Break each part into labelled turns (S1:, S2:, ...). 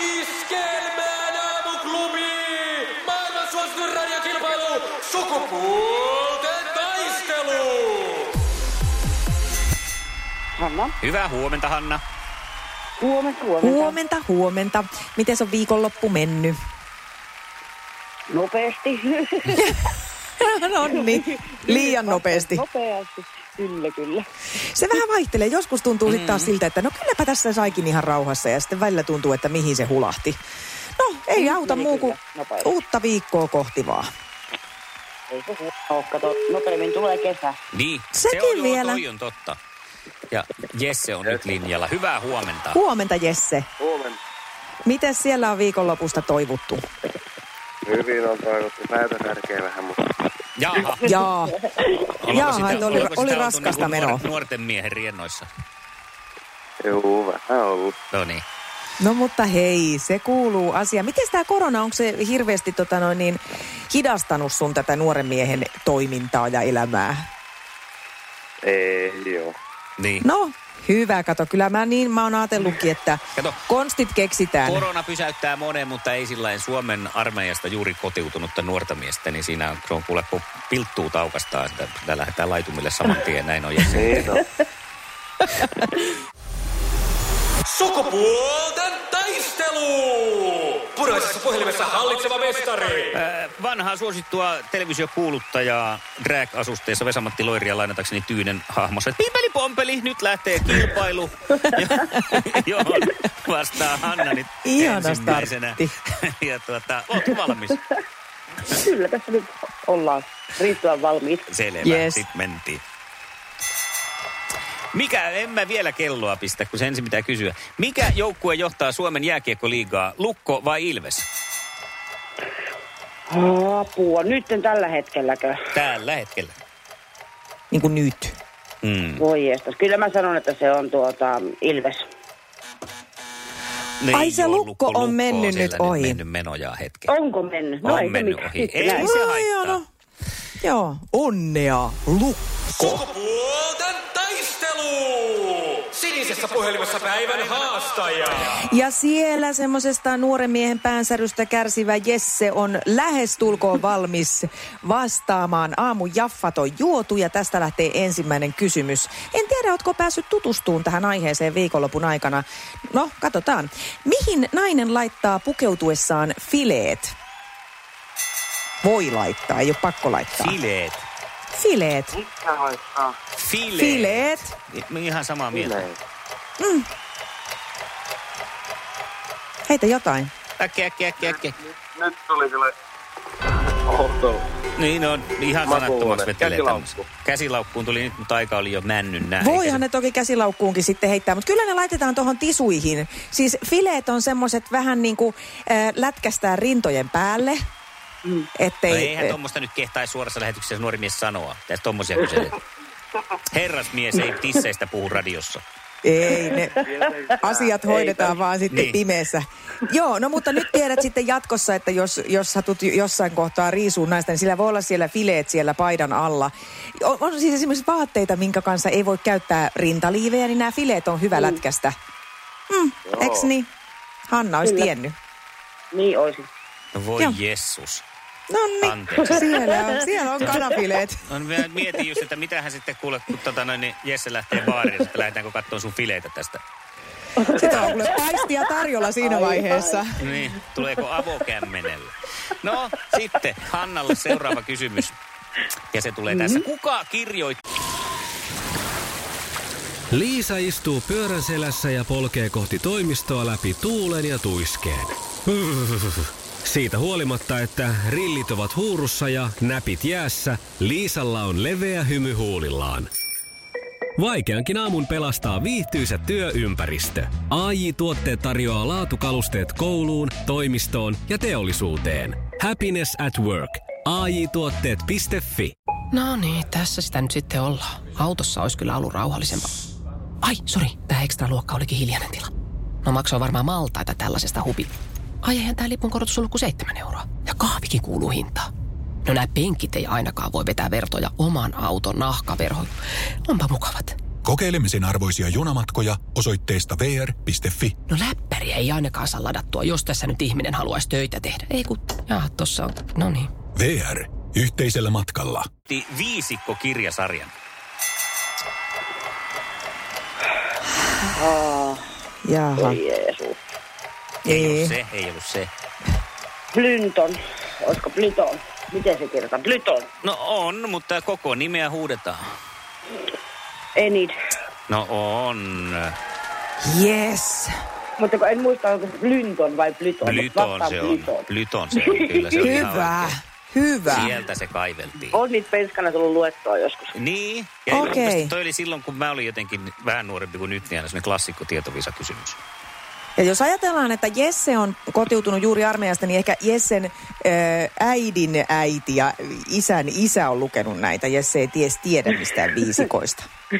S1: Iskelmään aamuklubi! Maailman suosituin radiokilpailu! Sukupuolten taistelu!
S2: Hanna.
S3: Hyvää huomenta, Hanna.
S2: Huomenta, huomenta.
S4: Huomenta, huomenta. Miten se on viikonloppu mennyt?
S2: Nopeasti.
S4: no niin, liian nopeasti.
S2: Nopeasti. Kyllä, kyllä. Mm.
S4: Se vähän vaihtelee. Joskus tuntuu sitten taas siltä, että no kylläpä tässä saikin ihan rauhassa ja sitten välillä tuntuu, että mihin se hulahti. No, ei auta
S2: meni
S4: muu
S2: kyllä
S4: kuin
S2: nopeasti.
S4: uutta viikkoa kohti vaan.
S2: Ei se huono ole. Oh, Kato, nopeammin tulee kesä.
S3: Niin,
S4: Sekin
S3: se on, joo,
S4: vielä.
S3: toi on totta. Ja Jesse on nyt linjalla. Hyvää huomenta.
S4: Huomenta Jesse.
S5: Huomenna.
S4: Miten siellä on viikonlopusta toivottu?
S5: Hyvin on toivottu. Päätä särkee vähän, mutta
S3: Jaha.
S4: Jaa,
S3: Oliko
S4: Jaa,
S3: sitä-
S4: että oli-
S3: oliko sitä
S4: oli
S3: oltu niinku
S4: raskasta menoa.
S3: nuor- Nuorten miehen riennoissa.
S5: juu, vähän ollut.
S3: No niin.
S4: no mutta hei, se kuuluu asia. Miten tämä korona, onko se hirveästi tota noin, niin, hidastanut sun tätä nuoren miehen toimintaa ja elämää?
S5: Ei joo.
S3: Niin.
S4: No, hyvä. Kato, kyllä mä niin, mä oon ajatellutkin, että
S3: Kato.
S4: konstit keksitään.
S3: Korona pysäyttää monen, mutta ei sillä lailla Suomen armeijasta juuri kotiutunutta nuorta miestä, niin siinä on, se on kuule, kun pilttuu taukastaan, että pitää lähdetään laitumille saman tien, näin on Jesse.
S5: Niin on.
S1: Sukupuolten taistelu! Punaisessa puhelimessa hallitseva mestari!
S3: Äh, Vanhaa suosittua televisiokuuluttajaa drag-asusteessa Vesamatti Loiria lainatakseni Tyynen hahmossa. että Pimpeli pompeli, nyt lähtee kilpailu, jo- johon vastaa Hanna nyt
S4: Ihana
S3: ensimmäisenä. ja tuota, ootko valmis?
S2: Kyllä, tässä nyt ollaan riittävän valmiit.
S3: Selvä, yes.
S4: Yes.
S3: sit mentiin. Mikä, en mä vielä kelloa pistä, kun se ensin pitää kysyä. Mikä joukkue johtaa Suomen jääkiekkoliigaa, Lukko vai Ilves?
S2: Apua, nyt tällä hetkelläkö?
S3: Tällä hetkellä.
S4: Niin kuin nyt.
S3: Mm,
S2: Voi jestas. Kyllä mä sanon, että se on tuota Ilves.
S3: ne
S4: Ai
S3: ei
S4: se
S3: oo
S4: Lukko on
S3: Niin, on
S4: mennyt nyt
S3: siellä
S4: ohi.
S3: mennyt menojaan hetken.
S2: Onko mennyt? No
S3: on
S2: ei se
S3: mennyt
S2: mitään.
S3: ohi. Ei
S2: Näin.
S3: se
S4: No,
S3: haittaa.
S4: hieno. Joo, onnea, lukko.
S1: Sukupuolten taistelu! Sinisessä puhelimessa päivän haastaja!
S4: Ja siellä semmoisesta nuoren miehen päänsärystä kärsivä Jesse on lähestulkoon valmis vastaamaan. Aamu jaffat on juotu ja tästä lähtee ensimmäinen kysymys. En tiedä, ootko päässyt tutustuun tähän aiheeseen viikonlopun aikana. No, katsotaan. Mihin nainen laittaa pukeutuessaan fileet? Voi laittaa, ei ole pakko laittaa.
S3: Fileet.
S4: Fileet.
S5: Mitä haittaa?
S3: Fileet.
S4: Fileet.
S3: I- Ihan samaa mieltä.
S5: Ei.
S4: Heitä jotain.
S3: Äkkiä, äkkiä, äkkiä, äkkiä.
S5: Nyt tuli kyllä outo.
S3: Niin on, ihan
S5: Makuuhuone.
S3: sanattomaksi vetelee
S5: Käsilaukku.
S3: tämmöisen. Käsilaukkuun tuli nyt, mutta aika oli jo männyn näin.
S4: Voihan
S3: Eikä
S4: ne toki käsilaukkuunkin sitten heittää, mutta kyllä ne laitetaan tuohon tisuihin. Siis fileet on semmoiset vähän niin kuin äh, lätkästään rintojen päälle. Ettei,
S3: No eihän tuommoista nyt kehtaisi suorassa lähetyksessä nuori mies sanoa. Tässä tommosia kyselee. Herrasmies ei tisseistä puhu radiossa.
S4: ei, ne asiat hoidetaan vaan sitten
S3: Niin.
S4: niin. pimeässä. Joo, no mutta nyt tiedät sitten jatkossa, että jos, jos satut jossain kohtaa riisuun naista, niin sillä voi olla siellä fileet siellä paidan alla. On, on siis esimerkiksi vaatteita, minkä kanssa ei voi käyttää rintaliivejä, niin nämä fileet on hyvä mm. lätkästä. Mm, eks niin? Hanna olisi
S2: Kyllä.
S4: tiennyt.
S2: Niin olisi.
S3: No voi
S4: Joo.
S3: jessus.
S4: No
S3: Anteeksi.
S4: niin, siellä on, siellä on kanafileet.
S3: No niin, mietin just, että mitähän sitten kuule, kun tota noin, niin Jesse lähtee baariin, että lähdetäänkö katsomaan sun fileitä tästä.
S4: Sitä on kuule paistia tarjolla siinä vaiheessa.
S3: Niin, tuleeko avokämmenellä? No, sitten Hannalle seuraava kysymys. Ja se tulee tässä.
S4: Mm-hmm.
S3: Kuka kirjoitti?
S6: Liisa istuu pyörän selässä ja polkee kohti toimistoa läpi tuulen ja tuiskeen. Siitä huolimatta, että rillit ovat huurussa ja näpit jäässä, Liisalla on leveä hymy huulillaan. Vaikeankin aamun pelastaa viihtyisä työympäristö. AI Tuotteet tarjoaa laatukalusteet kouluun, toimistoon ja teollisuuteen. Happiness at work. AJ-tuotteet.fi
S7: No niin, tässä sitä nyt sitten ollaan. Autossa olisi kyllä ollut rauhallisempaa. Ai, sori, tämä ekstra luokka olikin hiljainen tila. No maksoi varmaan maltaita tällaisesta hupi. Ai eihän tämä lipun korotus ollut kuin 7 euroa. Ja kahvikin kuuluu hintaan. No nämä penkit ei ainakaan voi vetää vertoja oman auton nahkaverhoon. Onpa mukavat.
S8: Kokeilemisen arvoisia junamatkoja osoitteesta vr.fi.
S7: No läppäri ei ainakaan saa ladattua, jos tässä nyt ihminen haluaisi töitä tehdä. Ei kun, jaa, tossa on, no niin.
S8: VR. Yhteisellä matkalla.
S3: Ti- Viisikko kirjasarjan.
S4: Jaha.
S2: Oi Jeesus.
S3: Ei ollut
S4: Niin.
S3: se, ei ollut se.
S2: Plynton. Olisiko Plyton? Miten se kirjoitetaan? Plyton.
S3: No on, mutta koko nimeä huudetaan.
S2: Enid.
S3: No on.
S4: Yes.
S2: Mutta kun en muista, onko se Plynton vai Plyton. mutta
S3: Plyton
S2: vastaan
S3: se on.
S2: Plyton.
S3: Plyton se on kyllä. Se on ihan
S4: Hyvä.
S3: oikein.
S4: Hyvä.
S3: Sieltä se kaiveltiin.
S2: On niitä penskana tullut luettua joskus.
S3: Niin. Ja
S4: Okei.
S3: okay. Toi oli silloin, kun mä olin jotenkin vähän nuorempi kuin nyt, niin aina sellainen klassikko tietovisakysymys.
S4: Ja jos ajatellaan, että Jesse on kotiutunut juuri armeijasta, niin ehkä Jessen ö, äidin äiti ja isän isä on lukenut näitä. Jesse ei ties tiedä mistään viisikoista.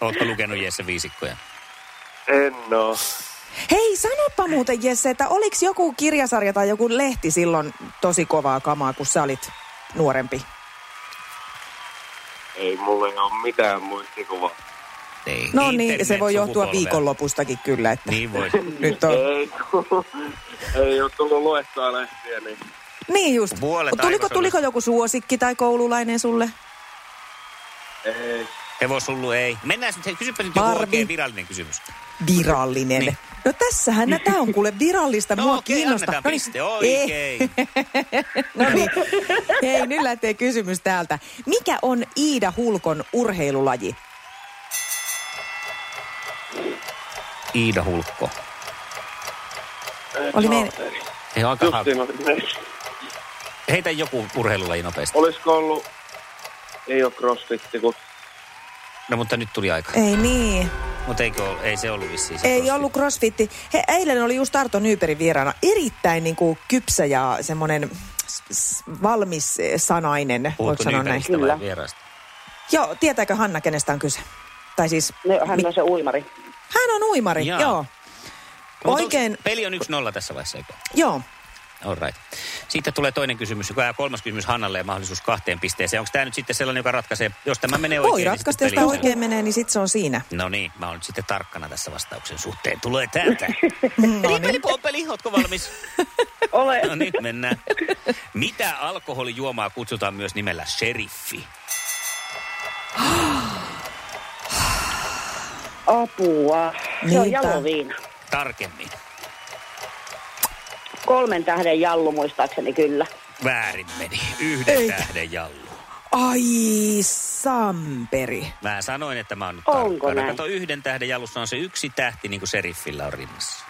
S3: Ootko lukenut Jesse Viisikkoja?
S5: En oo.
S4: Hei, sanoppa muuten Jesse, että oliko joku kirjasarja tai joku lehti silloin tosi kovaa kamaa, kun sä olit nuorempi?
S5: Ei mulla ole mitään muistikuvaa.
S3: Ei.
S4: No niin, se
S3: Internet
S4: voi johtua
S3: sukupolvea.
S4: viikonlopustakin kyllä, että
S3: Niin voi.
S4: nyt on...
S5: Ei, kun ei oo tullut luettua lehtiä, niin
S4: Niin just.
S3: Puolet
S4: Tuliko,
S3: aivoista
S4: tuliko joku suosikki tai koululainen sulle?
S5: ei.
S3: Hevosullu ei. Mennään nyt, hei, kysypä nyt joku
S4: Barbie.
S3: oikein virallinen kysymys.
S4: Virallinen.
S3: Niin.
S4: No tässähän nä- tää on kuule virallista.
S3: No
S4: Mua
S3: okei,
S4: kiinnostaa. niin. Eh,
S3: annetaan piste. Oikein.
S4: no niin. Hei, nyt lähtee kysymys täältä. Mikä on Iida Hulkon urheilulaji?
S3: Iida Hulkko.
S4: Oli meidän...
S3: Ei aika
S5: Just
S3: hauska.
S5: siinä oli ne.
S3: Heitä joku urheilulaji nopeasti.
S5: Olisiko ollut... Ei oo crossfitti, kun...
S3: No mutta nyt tuli aika.
S4: Ei niin.
S3: Mutta eikö ole, ei se ollut vissiin. se
S4: Ei
S3: crossfit.
S4: ollut crossfitti. He, eilen oli just Arto Nyyperin vieraana. Erittäin niin kuin, kypsä ja semmoinen s- s- valmis eh, sanainen, voiko
S3: Puhuttu
S4: sanoa näin.
S3: Nybergistä vai
S2: Kyllä.
S3: vierasta?
S4: Joo, tietääkö Hanna, kenestä on kyse? Tai siis,
S2: No, hän on se uimari.
S4: hän on uimari,
S3: Jaa.
S4: joo.
S3: No, mutta
S4: Oikein-
S3: onks- Peli on 1-0 tässä vaiheessa, eikö?
S4: Joo.
S3: All right. Sitten tulee toinen kysymys, joka ja kolmas kysymys Hannalle ja mahdollisuus kahteen pisteeseen. Onko tämä nyt sitten sellainen, joka ratkaisee, jos tämä menee oikein?
S4: Voi
S3: niin
S4: ratkaista, jos
S3: sitten
S4: tämä
S3: peli on selvä.
S4: oikein menee, niin sitten se on siinä.
S3: No niin, mä oon nyt sitten tarkkana tässä vastauksen suhteen. Tulee täältä.
S4: No
S3: Peli,
S4: niin.
S3: pompeli, ootko valmis?
S2: Ole.
S3: No nyt mennään. Mitä alkoholijuomaa kutsutaan myös nimellä sheriffi?
S2: Apua. Se on
S4: Niinpä.
S2: jaloviina.
S3: Tarkemmin.
S2: Kolmen tähden jallu muistaakseni kyllä.
S3: Väärin meni. Yhden
S4: Eikä.
S3: tähden jallu.
S4: Ai, Samperi.
S3: Mä sanoin, että mä oon nyt
S2: Onko
S3: tarkkana.
S2: näin?
S3: Kato, yhden tähden jallussa on se yksi tähti, niin kuin seriffillä on rinnassa.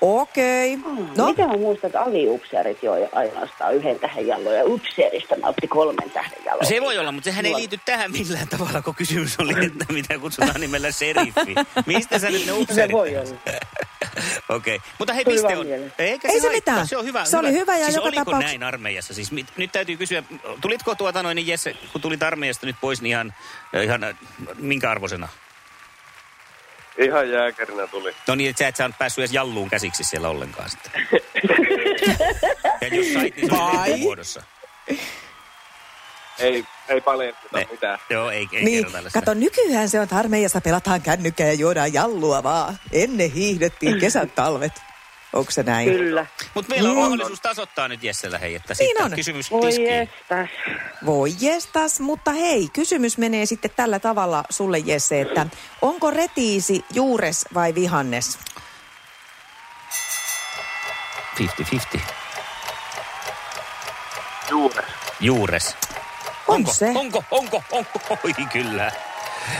S4: Okei.
S2: No?
S4: No,
S2: Mitä mä muistan, että aliupseerit joi ainoastaan yhden tähden jallon ja upseerista nautti kolmen tähden jallon.
S3: No Se voi olla, mutta sehän ei liity tähän millään tavalla, kun kysymys oli, että mitä kutsutaan nimellä seriffi. Mistä sä nyt ne upseerit?
S2: Se voi olla.
S3: Okei, mutta hei,
S2: Tuli
S3: piste
S2: vaan
S3: on.
S2: mieleen.
S3: Eikä
S4: Ei se
S3: haittaa,
S4: mitään.
S3: Se, on hyvä,
S4: Se oli hyvä ja
S3: siis
S4: joka
S3: oliko
S4: tapauks-
S3: näin armeijassa? Siis mit, nyt täytyy kysyä, tulitko tuota noin, niin Jesse, kun tulit armeijasta nyt pois, niin ihan, ihan äh, minkä arvosena?
S5: Ihan jääkärinä tuli.
S3: No niin, että sä et saanut päässyt edes jalluun käsiksi siellä ollenkaan sitten. ja jos sait, niin se oli
S4: Vai?
S3: leivän muodossa.
S5: Ei, ei paljasteta
S3: Ne-
S5: mitään.
S3: Joo, ei, ei
S4: niin,
S3: kerro tällaista.
S4: kato, nykyään se on, että armeijassa pelataan kännykkää ja juodaan jallua vaan. Ennen hiihdettiin kesät, talvet. Onko se näin?
S2: Mm. Kyllä.
S3: Mutta meillä on
S4: Mm.
S3: mahdollisuus tasoittaa nyt Jessellä, hei, että sitten
S4: Niin on.
S3: kysymys
S2: Voi
S3: tiskiin.
S2: jestas.
S4: Voi jestas, mutta hei, kysymys menee sitten tällä tavalla sulle Jesse, että onko retiisi juures vai vihannes?
S3: 50-50.
S5: Juures.
S3: Juures.
S4: On
S3: onko,
S4: se.
S3: Onko, onko, onko, oi kyllä.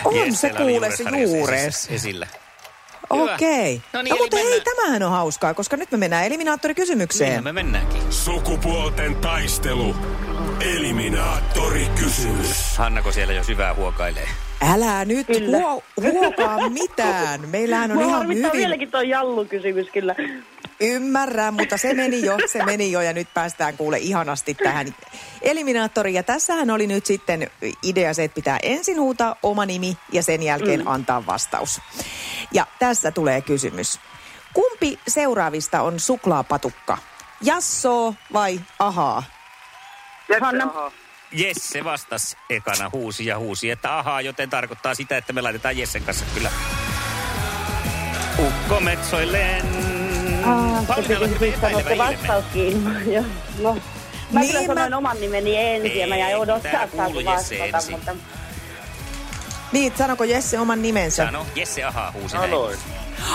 S4: On
S3: Jes,
S4: se
S3: siellä oli
S4: kuule se
S3: juuresharjas
S4: juures.
S3: esi- Esillä. Hyvä.
S4: Okei.
S3: No niin,
S4: no
S3: eli
S4: mutta hei,
S3: mennään- Niin,
S4: tämä on hauskaa, koska nyt me mennään eliminaattorikysymykseen.
S3: Niinhän me mennäänkin.
S6: Sukupuolten taistelu.
S8: Eliminaattori kysymys.
S3: Hannako siellä jo syvää huokailee?
S4: Älä nyt
S2: Kyllä.
S4: huo, huokaa mitään. Meillähän on
S2: Mua
S4: No ihan
S2: harmittaa
S4: hyvin.
S2: vieläkin tuo jallukysymys kyllä.
S4: Ymmärrän, mutta se meni jo, se meni jo ja nyt päästään kuule ihanasti tähän eliminaattoriin. Ja tässähän oli nyt sitten idea se, että pitää ensin huutaa oma nimi ja sen jälkeen mm. antaa vastaus. Ja tässä tulee kysymys. Kumpi seuraavista on suklaapatukka? Jassoo vai ahaa?
S2: Hanna,
S3: Jesse vastasi ekana, huusi ja huusi, että ahaa, joten tarkoittaa sitä, että me laitetaan Jessen kanssa kyllä. Ukko metsoilleen.
S2: Ah,
S3: Pauli,
S2: kun te
S3: täällä on hyvin
S2: sanotte
S3: epäilevä ilme.
S2: vastauskin. Joo, no.
S4: Niin
S2: Mä niin kyllä
S4: mä-
S2: sanoin oman nimeni ensin ja mä jäin
S3: Ei,
S2: odottaa,
S3: täällä
S2: että saanko
S3: kuului Jesse
S2: vastata,
S3: ensin.
S2: mutta...
S4: Niin, sanoko Jesse oman nimensä?
S3: Sano, Jesse ahaa, huusi näin.
S5: Sanoin.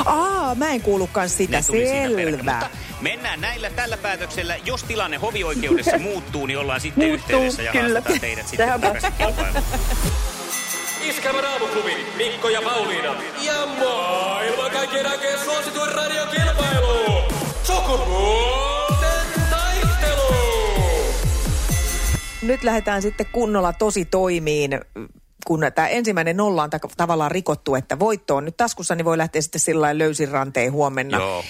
S4: Aa, mä en kuullutkaan sitä.
S3: Ne tuli siinä perkele.
S4: Selvä.
S3: Mutta mennään näillä tällä päätöksellä. Jos tilanne hovioikeudessa muuttuu, niin ollaan sitten
S2: Muuttuu,
S3: yhteydessä ja
S2: kyllä.
S3: haastetaan teidät sitten
S2: Tähän
S3: takaisin kilpailuun.
S1: Iskävän aamuklubi, Mikko ja Pauliina. Ja maailman kaikkien aikeen suosituen radiokilpailu. Sukupuolten taistelu.
S4: Nyt lähdetään sitten kunnolla tosi toimiin, kun tämä ensimmäinen nolla on ta- tavallaan rikottu, että voitto on nyt taskussa, niin voi lähteä sitten sillä lailla löysin rantein huomenna.
S3: Joo.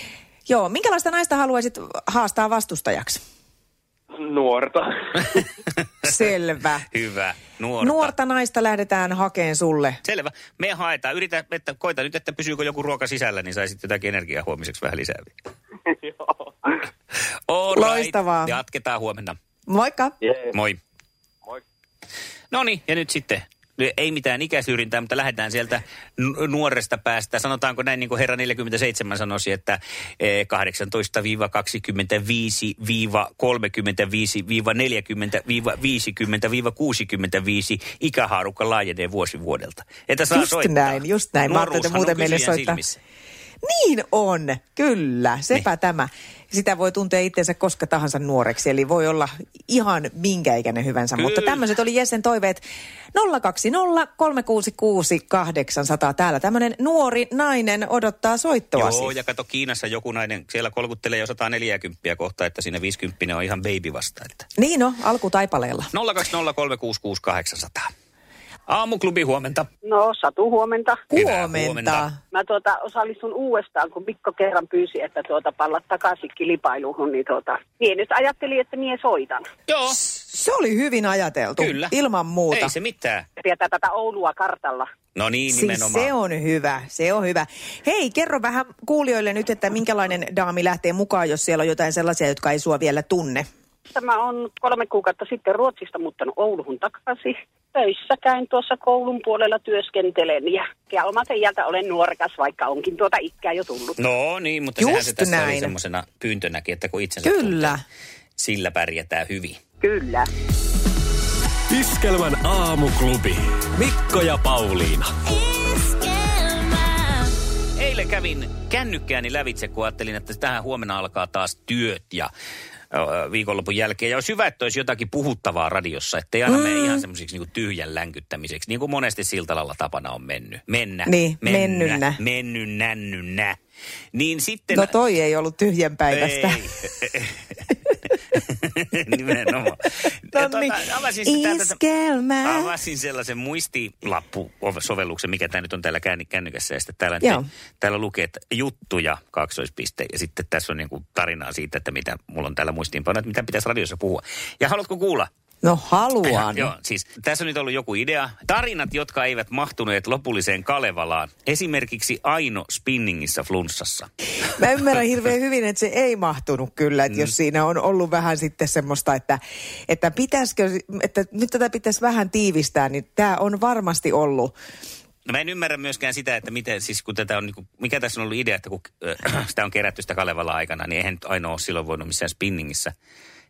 S4: Joo, minkälaista naista haluaisit haastaa vastustajaksi?
S5: Nuorta.
S4: Selvä.
S3: Hyvä, nuorta.
S4: Nuorta naista lähdetään hakeen sulle.
S3: Selvä. Me haetaan. Yritä, että koita nyt, että pysyykö joku ruoka sisällä, niin saisit jotakin energiaa huomiseksi vähän lisää. vielä. All right.
S4: Loistavaa.
S3: Jatketaan huomenna.
S4: Moikka.
S5: Jee.
S3: Moi.
S5: Moi.
S3: No niin, ja nyt sitten. Ei mitään ikäsyrjintää, mutta lähdetään sieltä nu- nuoresta päästä. Sanotaanko näin, niin kuin herra 47 sanoisi, että eh, 18-25-25-35-40-50-55 ikähaarukka laajenee vuosi vuodelta. Että saa
S4: Just
S3: soittaa.
S4: näin, just näin. Mä ajattelin, että
S3: Nuoruushan
S4: muuten
S3: on
S4: meille
S3: kysyjän
S4: soittaa.
S3: silmissä.
S4: Niin on, kyllä, sepä
S3: Niin.
S4: niin. tämä. Sitä voi tuntea itsensä koska tahansa nuoreksi, eli voi olla ihan minkä ikäinen hyvänsä. Kyllä. Mutta
S3: Kyllä.
S4: tämmöiset oli Jessen toiveet 020 366 800. Täällä tämmöinen nuori nainen odottaa soittoa
S3: Joo, ja kato Kiinassa joku nainen, siellä kolkuttelee jo 140 kohta, että siinä 50 on ihan baby vasta. Että.
S4: Niin no, alkutaipaleella.
S3: 020366800. Aamuklubi huomenta.
S2: No, Satu, huomenta.
S3: Hyvää
S4: Huomenta.
S3: huomenta.
S2: Mä tuota, osallistun uudestaan, kun Mikko kerran pyysi, että tuota, palla takaisin kilpailuun, niin tuota, mie nyt ajattelin, että mie soitan.
S3: Joo,
S4: Se oli hyvin ajateltu,
S3: kyllä.
S4: ilman muuta.
S3: Ei se mitään.
S2: Pidetään tätä Oulua kartalla.
S3: No niin,
S4: Siis
S3: nimenomaan.
S4: se on hyvä, se on hyvä. Hei, kerro vähän kuulijoille nyt, että minkälainen daami lähtee mukaan, jos siellä on jotain sellaisia, jotka ei sua vielä tunne.
S2: Tämä on kolme kuukautta sitten Ruotsista muuttanut Ouluhun takaisin. Töissä käyn tuossa koulun puolella työskentelen ja, ja omalta iältä olen nuorekas, vaikka onkin tuota ikää jo tullut.
S3: No niin, mutta
S4: Just
S3: sehän se tässä oli
S4: näin.
S3: semmoisena pyyntönäkin, että kun itsensä
S4: Kyllä.
S3: tuntee, sillä pärjätään hyvin.
S2: Kyllä.
S6: Iskelmän aamuklubi. Mikko ja Pauliina.
S3: Eilen kävin kännykkääni lävitse, kun ajattelin, että tähän huomenna alkaa taas työt ja ö, viikonlopun jälkeen. Ja olisi hyvä, että olisi jotakin puhuttavaa radiossa, ettei aina mm. mene ihan semmoiseksi niin tyhjän länkyttämiseksi, niin kuin monesti Siltalalla tapana on mennyt. Mennä,
S4: Niin,
S3: mennä,
S4: mennynnä.
S3: menny, nännynä. Niin sitten...
S4: No toi ei ollut tyhjän päivästä.
S3: Ei. Nimenomaan. Ja
S4: No niin.
S3: tuota, avasin sitä tätä-
S4: Iskelmää.
S3: Avasin sellaisen muistilappu-sovelluksen, mikä tämä nyt on täällä känny- kännykässä. Ja sitten täällä,
S4: Joo.
S3: nyt, täällä lukee, että juttuja, kaksoispiste. Ja sitten tässä on niin kuin tarinaa siitä, että mitä mulla on täällä muistiinpanoja, että mitä pitäisi radiossa puhua. Ja haluatko kuulla?
S4: No haluan.
S3: Joo, siis tässä on nyt ollut joku idea. Tarinat, jotka eivät mahtuneet lopulliseen Kalevalaan. Esimerkiksi Aino spinningissä flunssassa.
S4: Mä ymmärrän hirveän hyvin, että se ei mahtunut kyllä, että
S3: Mm.
S4: jos siinä on ollut vähän sitten semmoista, että, että pitäisikö, että nyt tätä pitäisi vähän tiivistää, niin tämä on varmasti ollut.
S3: No mä en ymmärrä myöskään sitä, että miten, siis kun tätä on, niin kuin, mikä tässä on ollut idea, että kun äh, sitä on kerätty sitä Kalevala aikana, niin eihän nyt Aino ole silloin voinut missään spinningissä.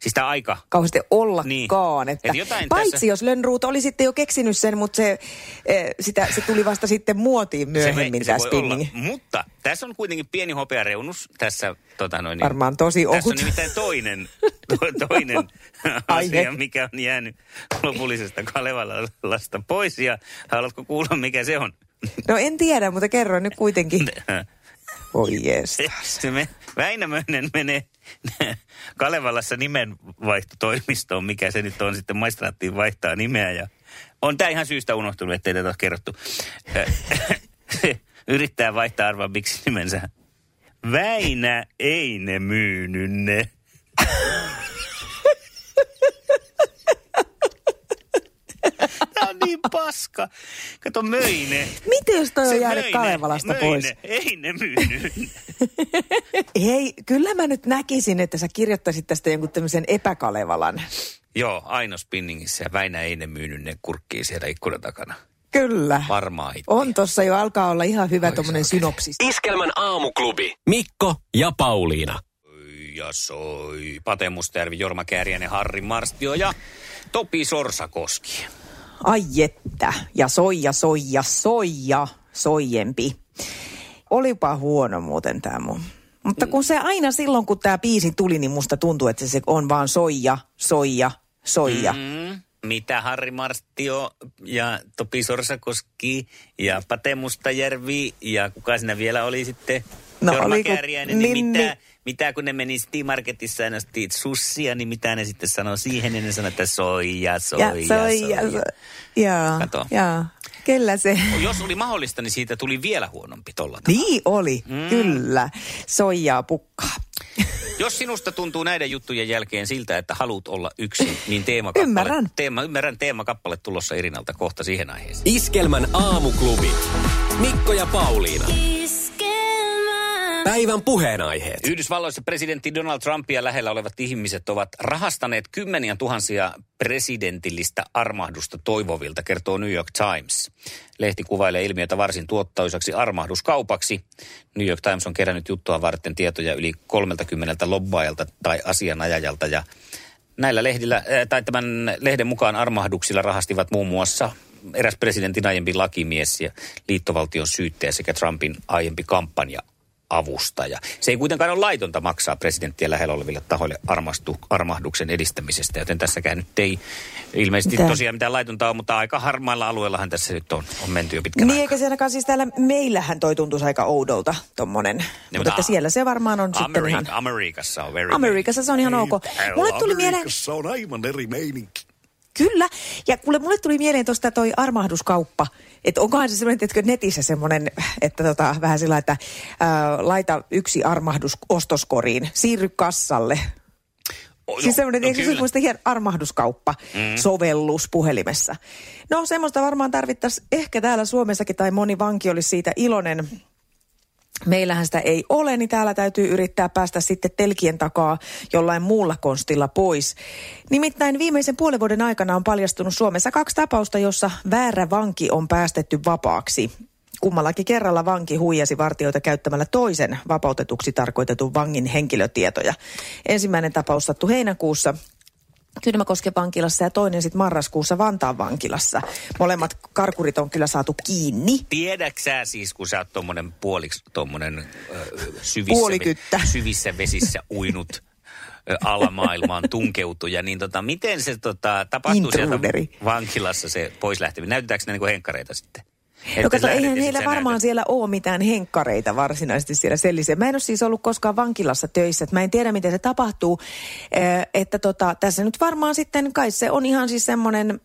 S3: Siis tämä aika,
S4: kauheasti ollakaan.
S3: Niin.
S4: Että
S3: Et jotain
S4: paitsi
S3: tässä-
S4: jos Lönnruut oli sitten jo keksinyt sen, mutta se, eh, sitä, se tuli vasta sitten muotiin myöhemmin
S3: se,
S4: tämä
S3: voi- se voi olla. Niin.
S4: spinning.
S3: Mutta tässä on kuitenkin pieni hopeareunus tässä. Tota noin, niin-
S4: Varmaan tosi
S3: Tässä on
S4: ohut.
S3: nimittäin toinen, to, toinen
S4: Aihe.
S3: asia, mikä on jäänyt lopullisesta Kalevalasta pois. Ja haluatko kuulla, mikä se on?
S4: No en tiedä, mutta kerro nyt kuitenkin. Voi jees.
S3: Se, se me, Väinämöinen menee Kalevallassa nimenvaihtotoimisto on, mikä se nyt on sitten, maistraattiin vaihtaa nimeä ja on tämä ihan syystä unohtunut, ettei tätä ole kerrottu. Ö, Yrittää vaihtaa arvaa, miksi nimensä. Väinä ei ne myynyt ne. Tämä on niin paska. Kato, möi ne.
S4: Miten jos toi
S3: Se
S4: on jäänyt
S3: möi ne,
S4: Kalevalasta
S3: möi
S4: pois?
S3: Ne. Ei ne myynyt.
S4: Hei, kyllä mä nyt näkisin, että sä kirjoittaisit tästä jonkun tämmöisen epäkalevalan.
S3: Joo, Aino Spinningissä ja Väinä ei ne myynyt ne kurkkii siellä ikkunan takana.
S4: Kyllä.
S3: Varmaan itse.
S4: On tossa jo, alkaa olla ihan hyvä tommonen synopsis.
S6: Iskelmän aamuklubi. Mikko ja Pauliina.
S3: Ja soi Pate Mustajärvi, Jorma Kääriäinen, Harri Marstio ja Topi Sorsakoski.
S4: Ai että, ja soija, soija, soija, soijempi. Olipa huono muuten tämä mun. Mutta kun se aina silloin, kun tämä biisi tuli, niin musta tuntuu, että se on vaan soija, soija, soija. Mm.
S3: Mm, mitä Harri Marstio ja Topi Sorsakoski ja Pate Mustajärvi ja kuka siinä vielä oli sitten?
S4: No,
S3: Jorma
S4: oliko
S3: Kääriäinen, niin
S4: Ninni?
S3: mitä, mitä kun ne meni Steam-marketissa ja nosti sussia, niin mitä ne sitten sanoi siihen, niin ne sanoi, että soija, soija,
S4: Ja soija, soija. Jaa,
S3: Kato.
S4: jaa. Kyllä se.
S3: Jos oli mahdollista, niin siitä tuli vielä huonompi tolla tavalla.
S4: Niin oli, mm. kyllä. Soijaa pukkaa.
S3: Jos sinusta tuntuu näiden juttujen jälkeen siltä, että haluat olla yksin, niin teemakappale,
S4: Ymmärrän.
S3: Teema, ymmärrän teemakappale tulossa Irinalta kohta siihen aiheeseen.
S6: Iskelmän aamuklubi. Mikko ja Pauliina. Päivän puheenaiheet.
S3: Yhdysvalloissa presidentti Donald Trumpia lähellä olevat ihmiset ovat rahastaneet kymmeniä tuhansia presidentillistä armahdusta toivovilta, kertoo New York Times. Lehti kuvailee ilmiötä varsin tuottaisaksi armahduskaupaksi. New York Times on kerännyt juttua varten tietoja yli 30 lobbaajalta tai asianajajalta ja Näillä lehdillä, äh, tai tämän lehden mukaan armahduksilla rahastivat muun muassa eräs presidentin aiempi lakimies ja liittovaltion syyttäjä sekä Trumpin aiempi kampanja avustaja. Se ei kuitenkaan ole laitonta maksaa presidenttiä lähellä oleville tahoille armastu, armahduksen edistämisestä, joten tässäkään nyt ei ilmeisesti
S4: Mitä?
S3: mitä? tosiaan mitään laitonta ole, mutta aika harmailla alueillahan tässä nyt on, on menty jo pitkän
S4: Niin
S3: aikaa.
S4: eikä se ainakaan siis täällä meillähän toi tuntuisi aika oudolta tommonen. Niin, mutta,
S3: Niin, mutta
S4: että
S3: a-
S4: siellä se varmaan on sitten
S3: Ameri-
S4: ihan...
S3: Amerikassa on very
S4: Amerikassa se on ihan ok. Mulle tuli mieleen,
S8: Se on aivan eri meininki.
S4: kyllä, ja kuule, mulle tuli mieleen tuosta toi armahduskauppa, että onkohan se semmoinen, tiedätkö, netissä semmoinen, että tota, vähän sillä, että ää, laita yksi armahdus ostoskoriin, siirry kassalle.
S3: Oh, joo,
S4: siis semmoinen,
S3: no
S4: eikö se
S3: kyllä. Mm.
S4: semmoista hien armahduskauppa, sovellus puhelimessa. No semmoista varmaan tarvittaisiin ehkä täällä Suomessakin, tai moni vanki olisi siitä iloinen. Meillähän sitä ei ole, niin täällä täytyy yrittää päästä sitten telkien takaa jollain muulla konstilla pois. Nimittäin viimeisen puolen vuoden aikana on paljastunut Suomessa kaksi tapausta, jossa väärä vanki on päästetty vapaaksi. Kummallakin kerralla vanki huijasi vartijoita käyttämällä toisen vapautetuksi tarkoitetun vangin henkilötietoja. Ensimmäinen tapaus sattui heinäkuussa Kylmäkosken vankilassa ja toinen sitten marraskuussa Vantaan vankilassa. Molemmat karkurit on kyllä saatu kiinni.
S3: Tiedäksää siis, kun sä oot tommonen puoliksi tommonen ö, syvissä,
S4: Puolikyttä.
S3: syvissä vesissä uinut ö, alamaailmaan tunkeutuja, niin tota, miten se tota, tapahtuu
S4: Intruderi.
S3: sieltä vankilassa se pois lähteminen? Näytetäänkö ne niin henkkareita sitten?
S4: No
S3: Että lähdet
S4: kato, eihän
S3: ja sit
S4: heillä
S3: sä
S4: varmaan
S3: näytät-
S4: siellä ole mitään henkkareita varsinaisesti siellä selliseen. Mä en ole siis ollut koskaan vankilassa töissä, että mä en tiedä miten se tapahtuu. Eh, Että tota, tässä nyt varmaan sitten, kai se on ihan siis semmoinen,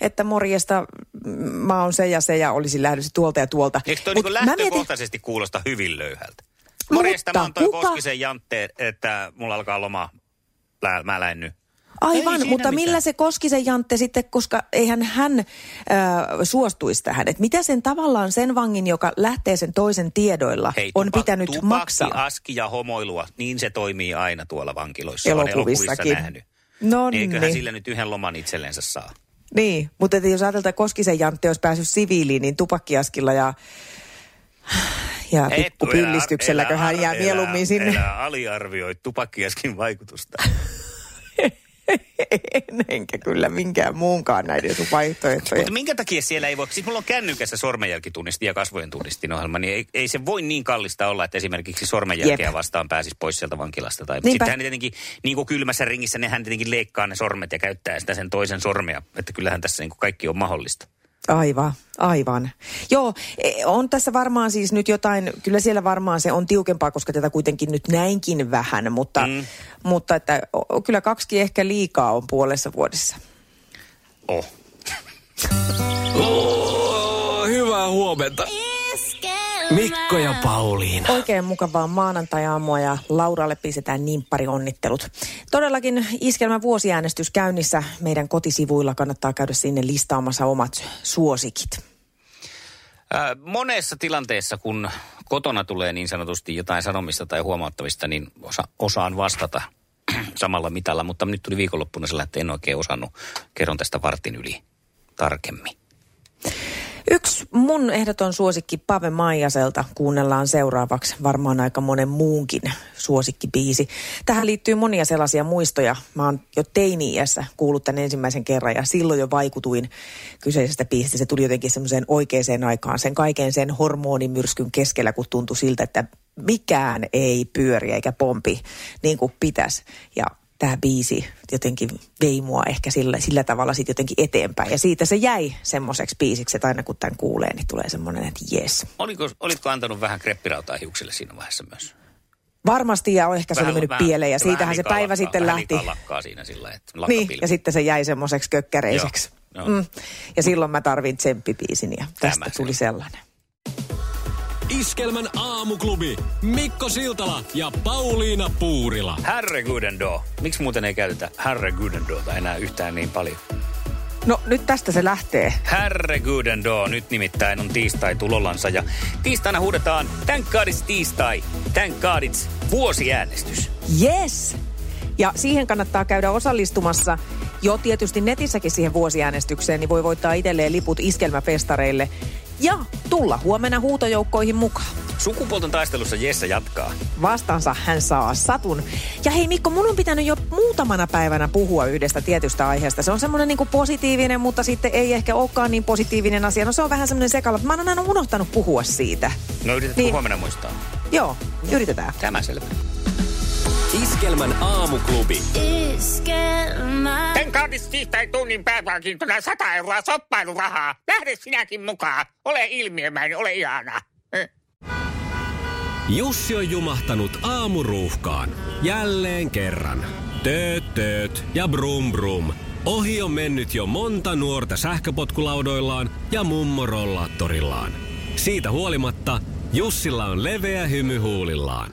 S4: että morjesta mm, mä oon se ja se ja olisin lähdössä tuolta ja tuolta.
S3: Eikö toi
S4: Mut
S3: niin
S4: mä mietin-
S3: lähtökohtaisesti kuulosta hyvin löyhältä? Morjesta,
S4: Mutta
S3: mä oon toi
S4: kuka-
S3: Koskisen Jantte, että mulla alkaa loma. Lää, mä lähden nyt. Ei
S4: Aivan,
S3: siinä
S4: mutta millä
S3: mitään.
S4: se Koskisen Jantte sitten, koska eihän hän äh, suostuisi tähän. Et mitä sen tavallaan sen vangin, joka lähtee sen toisen tiedoilla,
S3: Hei,
S4: on
S3: tupa-
S4: pitänyt
S3: tupakki,
S4: maksaa?
S3: aski ja homoilua, niin se toimii aina tuolla vankiloissa. Olen
S4: elokuvissakin.
S3: elokuvissa nähnyt.
S4: No
S3: Niin
S4: niin.
S3: Eiköhän sillä nyt yhden loman itsellensä saa.
S4: Niin, mutta että jos ajatellaan, että Koskisen Jantti olisi päässyt siviiliin, niin tupakkiaskilla ja, ja
S3: Ei, kun elä-
S4: pikkupyllistykselläkö
S3: elä-
S4: hän jää
S3: elä-
S4: mieluummin sinne
S3: Elä aliarvioi tupakkiaskin vaikutusta.
S4: En- enkä kyllä minkään muunkaan näiden sun vaihtoehtojen.
S3: Mutta minkä takia siellä ei voi, siis mulla on kännykässä sormenjälkitunnisti ja kasvojen tunnistin ohjelma, niin ei, ei, se voi niin kallista olla, että esimerkiksi sormenjälkeä
S4: Jep.
S3: vastaan pääsisi pois sieltä vankilasta. Tai
S4: Niinpä.
S3: sittenhän ne tietenkin, niin kuin kylmässä ringissä, nehän tietenkin leikkaa ne sormet ja käyttää sitä sen toisen sormea. Että kyllähän tässä niin kuin kaikki on mahdollista.
S4: Aivan, aivan. Joo, e, on tässä varmaan siis nyt jotain, kyllä siellä varmaan se on tiukempaa, koska tätä kuitenkin nyt näinkin vähän, mutta, mm. mutta että, o, kyllä kaksi ehkä liikaa on puolessa vuodessa.
S3: Oh.
S6: Oh, hyvää huomenta. Mikko ja Pauliina.
S4: Oikein mukavaa maanantai-aamua ja Lauralle pistetään niin pari onnittelut. Todellakin iskelmän vuosiäänestys käynnissä. Meidän kotisivuilla kannattaa käydä sinne listaamassa omat suosikit.
S3: Ää, Monessa tilanteessa, kun kotona tulee niin sanotusti jotain sanomista tai huomauttamista, niin osa, osaan vastata samalla mitalla. Mutta nyt tuli viikonloppuna sillä, että en oikein osannut. Kerron tästä vartin yli tarkemmin.
S4: Yksi mun ehdoton suosikki Pave Maijaselta kuunnellaan seuraavaksi varmaan aika monen muunkin suosikkibiisi. Tähän liittyy monia sellaisia muistoja. Mä oon jo teini-iässä kuullut tämän ensimmäisen kerran ja silloin jo vaikutuin kyseisestä biisistä. Se tuli jotenkin semmoiseen oikeaan aikaan, sen kaiken sen hormonimyrskyn keskellä, kun tuntui siltä, että mikään ei pyöri eikä pompi niin kuin pitäisi. Ja tämä biisi jotenkin vei mua ehkä sillä, sillä tavalla sitten jotenkin eteenpäin. Ja siitä se jäi semmoiseksi biisiksi, että aina kun tämän kuulee, niin tulee semmoinen, että jes.
S3: Oliko, olitko antanut vähän kreppirautaa hiuksille siinä vaiheessa myös?
S4: Varmasti ja ehkä se oli
S3: Vähän-
S4: mennyt
S3: vähän-
S4: pieleen ja
S3: vähän
S4: siitähän se
S3: liikaa
S4: päivä
S3: lakkaa-
S4: sitten
S3: vähän
S4: lähti.
S3: liikaa lakkaa siinä sillä, että
S4: Niin,
S3: lakkapilvi.
S4: ja sitten se jäi semmoiseksi kökkäreiseksi.
S3: Joo, joo.
S4: Mm. Ja silloin mä tarvin tsemppibiisin ja tästä
S3: Tämä se
S4: tuli
S3: on.
S4: sellainen.
S6: Iskelmän aamuklubi. Mikko Siltala ja Pauliina Puurila.
S3: Herre Gudendo. Miksi muuten ei käytetä Herre Gudendota enää yhtään niin paljon?
S4: No nyt tästä se lähtee.
S3: Herre Gudendo. Nyt nimittäin on tiistai tulollansa ja tiistaina huudetaan Thank God it's tiistai. Thank God it's vuosiäänestys.
S4: Yes! Ja siihen kannattaa käydä osallistumassa jo tietysti netissäkin siihen vuosiäänestykseen, niin voi voittaa itselleen liput iskelmäfestareille ja tulla huomenna huutojoukkoihin mukaan.
S3: Sukupuolten taistelussa Jesse jatkaa.
S4: Vastansa hän saa satun. Ja hei Mikko, mun on pitänyt jo muutamana päivänä puhua yhdestä tietystä aiheesta. Se on semmoinen niin positiivinen, mutta sitten ei ehkä olekaan niin positiivinen asia. No se on vähän semmoinen sekala, mutta mä oon aina unohtanut puhua siitä.
S3: No yritetään
S4: Niin.
S3: niin. huomenna muistaa.
S4: Joo, yritetään.
S3: Tämä selvä.
S6: Iskelmän aamuklubi.
S9: Iskelmä.
S10: Tän kaudessa tiistai tunnin pääpalkintona 100 euroa soppailurahaa. Lähde sinäkin mukaan. Ole ilmiömäinen, ole ihana.
S6: Jussi on jumahtanut aamuruuhkaan. Jälleen kerran. Tööt, tööt ja brum brum. Ohi on mennyt jo monta nuorta sähköpotkulaudoillaan ja mummorollaattorillaan. Siitä huolimatta Jussilla on leveä hymy huulillaan.